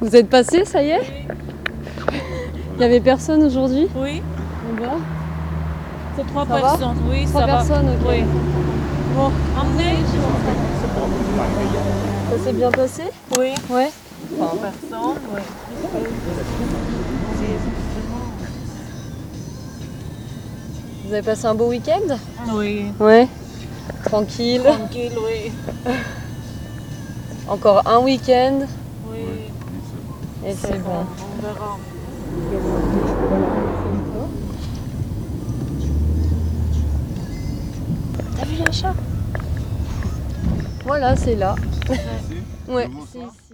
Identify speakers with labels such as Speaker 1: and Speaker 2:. Speaker 1: Vous êtes passé, ça y est Il n'y avait personne aujourd'hui
Speaker 2: Oui,
Speaker 1: en bas
Speaker 2: c'est trois
Speaker 1: Ça va
Speaker 2: personnes. oui,
Speaker 1: Trois
Speaker 2: ça
Speaker 1: personnes, ok.
Speaker 2: va. Oui.
Speaker 1: Bon,
Speaker 2: Emmenez
Speaker 1: ça s'est bien passé
Speaker 2: Oui.
Speaker 1: Ouais.
Speaker 2: Trois personnes, oui.
Speaker 1: Vous avez passé un beau week-end
Speaker 2: Oui.
Speaker 1: Ouais. Tranquille.
Speaker 2: Tranquille, oui.
Speaker 1: Encore un week-end
Speaker 2: Oui,
Speaker 1: et c'est bon.
Speaker 2: on verra.
Speaker 1: Voilà, c'est là. Ouais.
Speaker 3: Comment ça
Speaker 1: c'est ici.